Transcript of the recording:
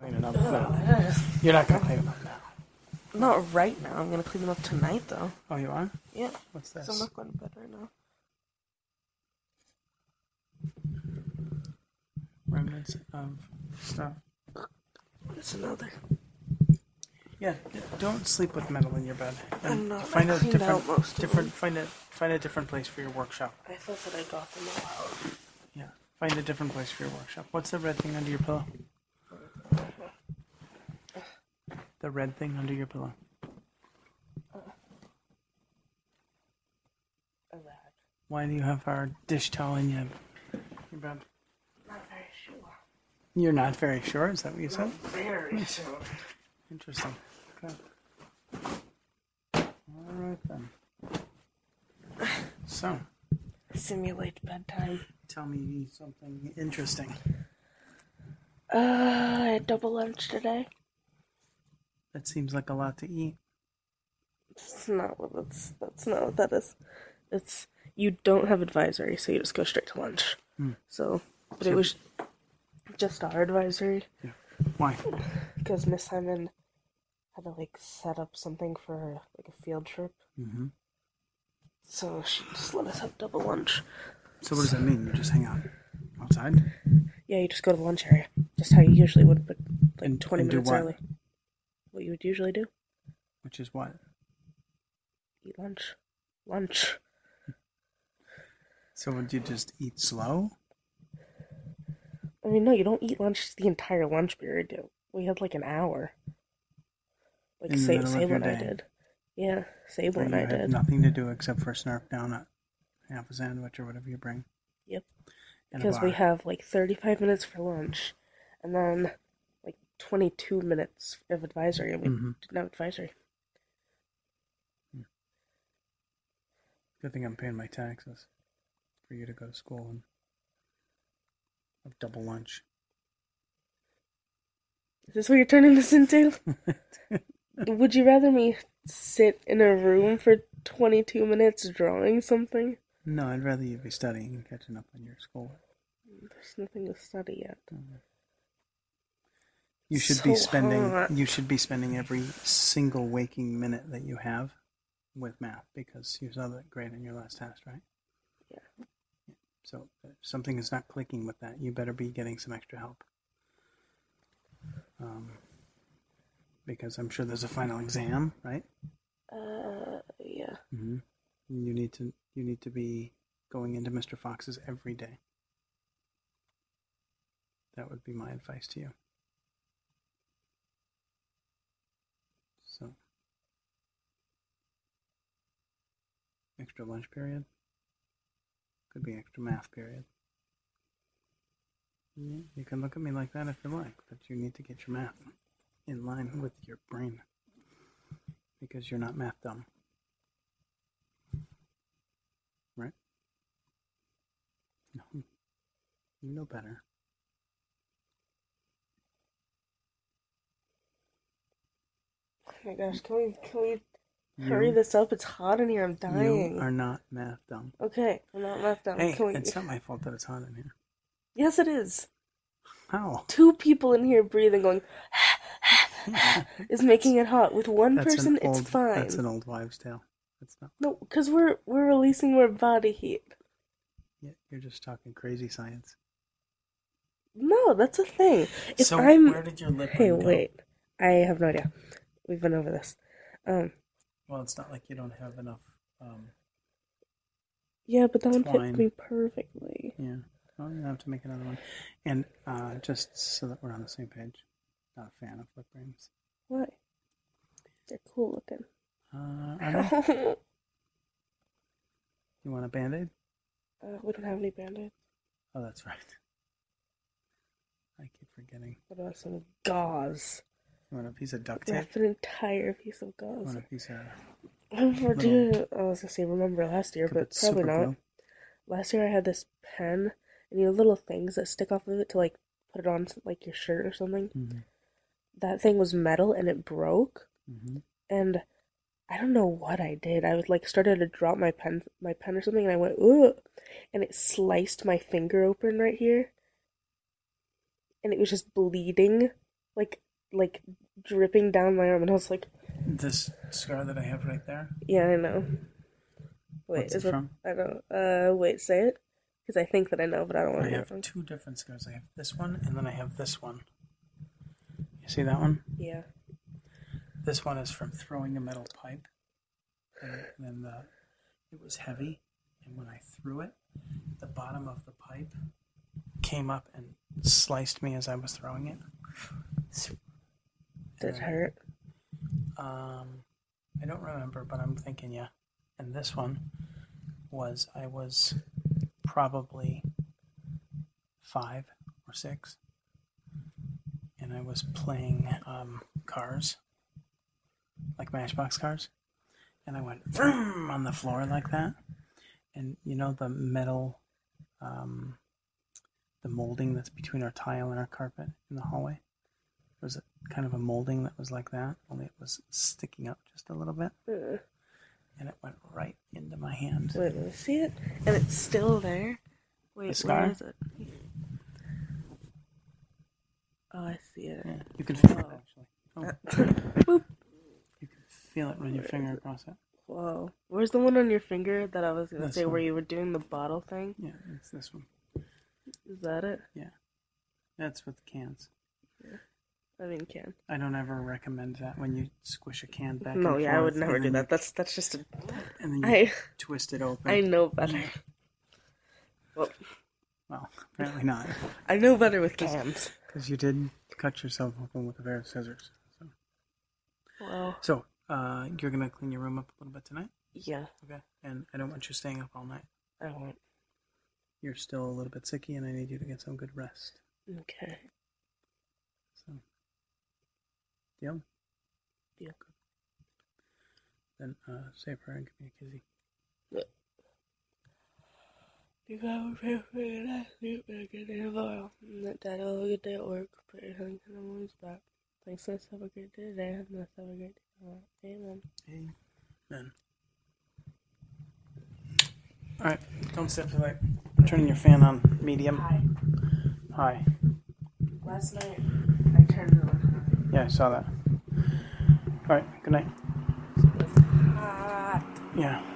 clean it up. so- You're not gonna clean it up now. Not right now. I'm gonna clean them up tonight though. Oh, you are? Yeah. What's So I'm this? not going to bed right now. Remnants of stuff. That's another. Yeah, don't sleep with metal in your bed. I'm And not. find I a cleaned different, out most of different, find a find a different place for your workshop. them. I thought that I got them all out. Yeah, find a different place for your workshop. What's the red thing under your pillow? The red thing under your pillow. A rag. Why do you have our dish towel in your, your bed? Not very sure. You're not very sure. Is that what you said? Very sure. Interesting. Okay. All right then. So, Simulate bedtime. tell me something interesting. Uh, I had double lunch today. That seems like a lot to eat. That's not what that's. That's not what that is. It's you don't have advisory, so you just go straight to lunch. Hmm. So, but it was just our advisory. Why? because Miss Simon had to like set up something for like a field trip. Mm-hmm. So she just let us have double lunch. So what does that mean? You just hang out outside Yeah, you just go to the lunch area, just how you usually would, but like And- twenty and do minutes what? early. What you would usually do? which is what? Eat lunch. Lunch. So would you just eat slow? I mean, no, you don't eat lunch the entire lunch period. Do we had like an hour? Like In the say middle say of your what I day. did. Yeah, say Or what you I have did. nothing to do except for snarf down a half a sandwich or whatever you bring. Yep. in a because we bar. have like 35 minutes for lunch and then like 22 minutes of advisory and we Mhm. didn't have advisory Good thing I'm paying my taxes for you to go to school and have double lunch. is this what you're turning this into would you rather me sit in a room for 22 minutes drawing something no, I'd rather you be studying and catching up on your schoolwork. there's nothing to study yet You should So be spending hot. you should be spending every single waking minute that you have with math because you saw that grade in your last test, right? Yeah. So if something is not clicking with that, you better be getting some extra help. Um, because I'm sure there's a final exam, right? uh yeah Mm-hmm. You need to you need to be going into Mr. Fox's every day. That would be my advice to you. So, extra lunch period could be extra math period. Yeah, you can look at me like that if you like, but you need to get your math in line with your brain because you're not math dumb. Right? No. You know better. oh my gosh can we can we hurry You- this up it's hot in here i'm dying You are not math dumb. okay i'm not left out Hey, can we... it's not my fault that it's hot in here. yes it is How? two people in here breathing going is making it hot with one That's person an old, it's fine That's an old wives' tale. That's not. No, because we're we're releasing more body heat. Yeah, you're just talking crazy science. No, that's a thing. If so I'm where did your lip hey, ring go? wait, I have no idea. We've been over this. Um, Well, it's not like you don't have enough. Um, yeah, but that one Twine. fit me perfectly. yeah. Well, you have to make another one. And uh, just so that we're on the same page, not a fan of lip rings. Why? They're cool looking. Uh, I don't- uh, you want a band aid? Uh, we don't have any band-aids. Oh, that's right. I keep forgetting. What about some gauze? You want a piece of duct We tape? have an entire piece of You gauze. want a piece of I'm for little- dude, I was gonna say remember last year, Could but put probably super not. glue. Last year I had this pen and you know little things that stick off of it to like put it on like your shirt or something. Mhm. That thing was metal and it broke Mhm. and I don't know what I did. I was like started to drop my pen my pen or something and I went ooh and it sliced my finger open right here. And it was just bleeding like like dripping down my arm, and I was like, This scar that I have right there. "Yeah, I know." Wait, What's is it it? from? I don't. Uh, wait, say it, because I think that I know, but I don't want I to. have two different scars. I have this one, and then I have this one. You see that one? Yeah. This one is from throwing a metal pipe, and then the it was heavy, and when I threw it, the bottom of the pipe came up and sliced me as I was throwing it. Did it And hurt? Um, I don't remember, but I'm thinking, yeah. And this one was I was probably five or six, and I was playing um, cars, like Matchbox cars, and I went vroom on the floor like that, and you know the metal, um, the molding that's between our tile and our carpet in the hallway it was kind of a molding that was like that, only it was sticking up just a little bit, Uh, and it went right into my hand. wait, let me see it. And it's still there. Wait, scar? where is it? Oh, I see it. Yeah, you can feel it Wow. actually. Oh, you can feel it run your finger across it. Whoa. Where's the one on your finger that I was gonna This say where one. you were doing the bottle thing? Yeah, it's this one. Is that it? That's with the cans. I mean, can. I don't ever recommend that when you squish a can back. No, and yeah, I would forth never and do then that. That's that's just a. you- And then you I twist it open. I know better. Well, Well, apparently not, I know better with cans. because you did cut yourself open with a pair of scissors. So, Well, so uh, you're gonna clean your room up a little bit tonight, yeah, okay? And I don't want you staying up all night. I won't. You're still a little bit sicky, and I need you to get some good rest. Okay. So, deal? Deal. Good. Then uh, say a prayer and give me a kizzy. You gotta pray for your night sleep and a good day tomorrow. And that dad will have a good day at work. Put your hands in the morning's back. Thanks, let's have a great day today. And let's have a great day tomorrow. Amen. Amen. All right, don't stipulate. I'm turning your fan on medium. Hi. Hi. Last night, I turned it on. Yeah, I saw that. All right, good night. It was hot. Yeah.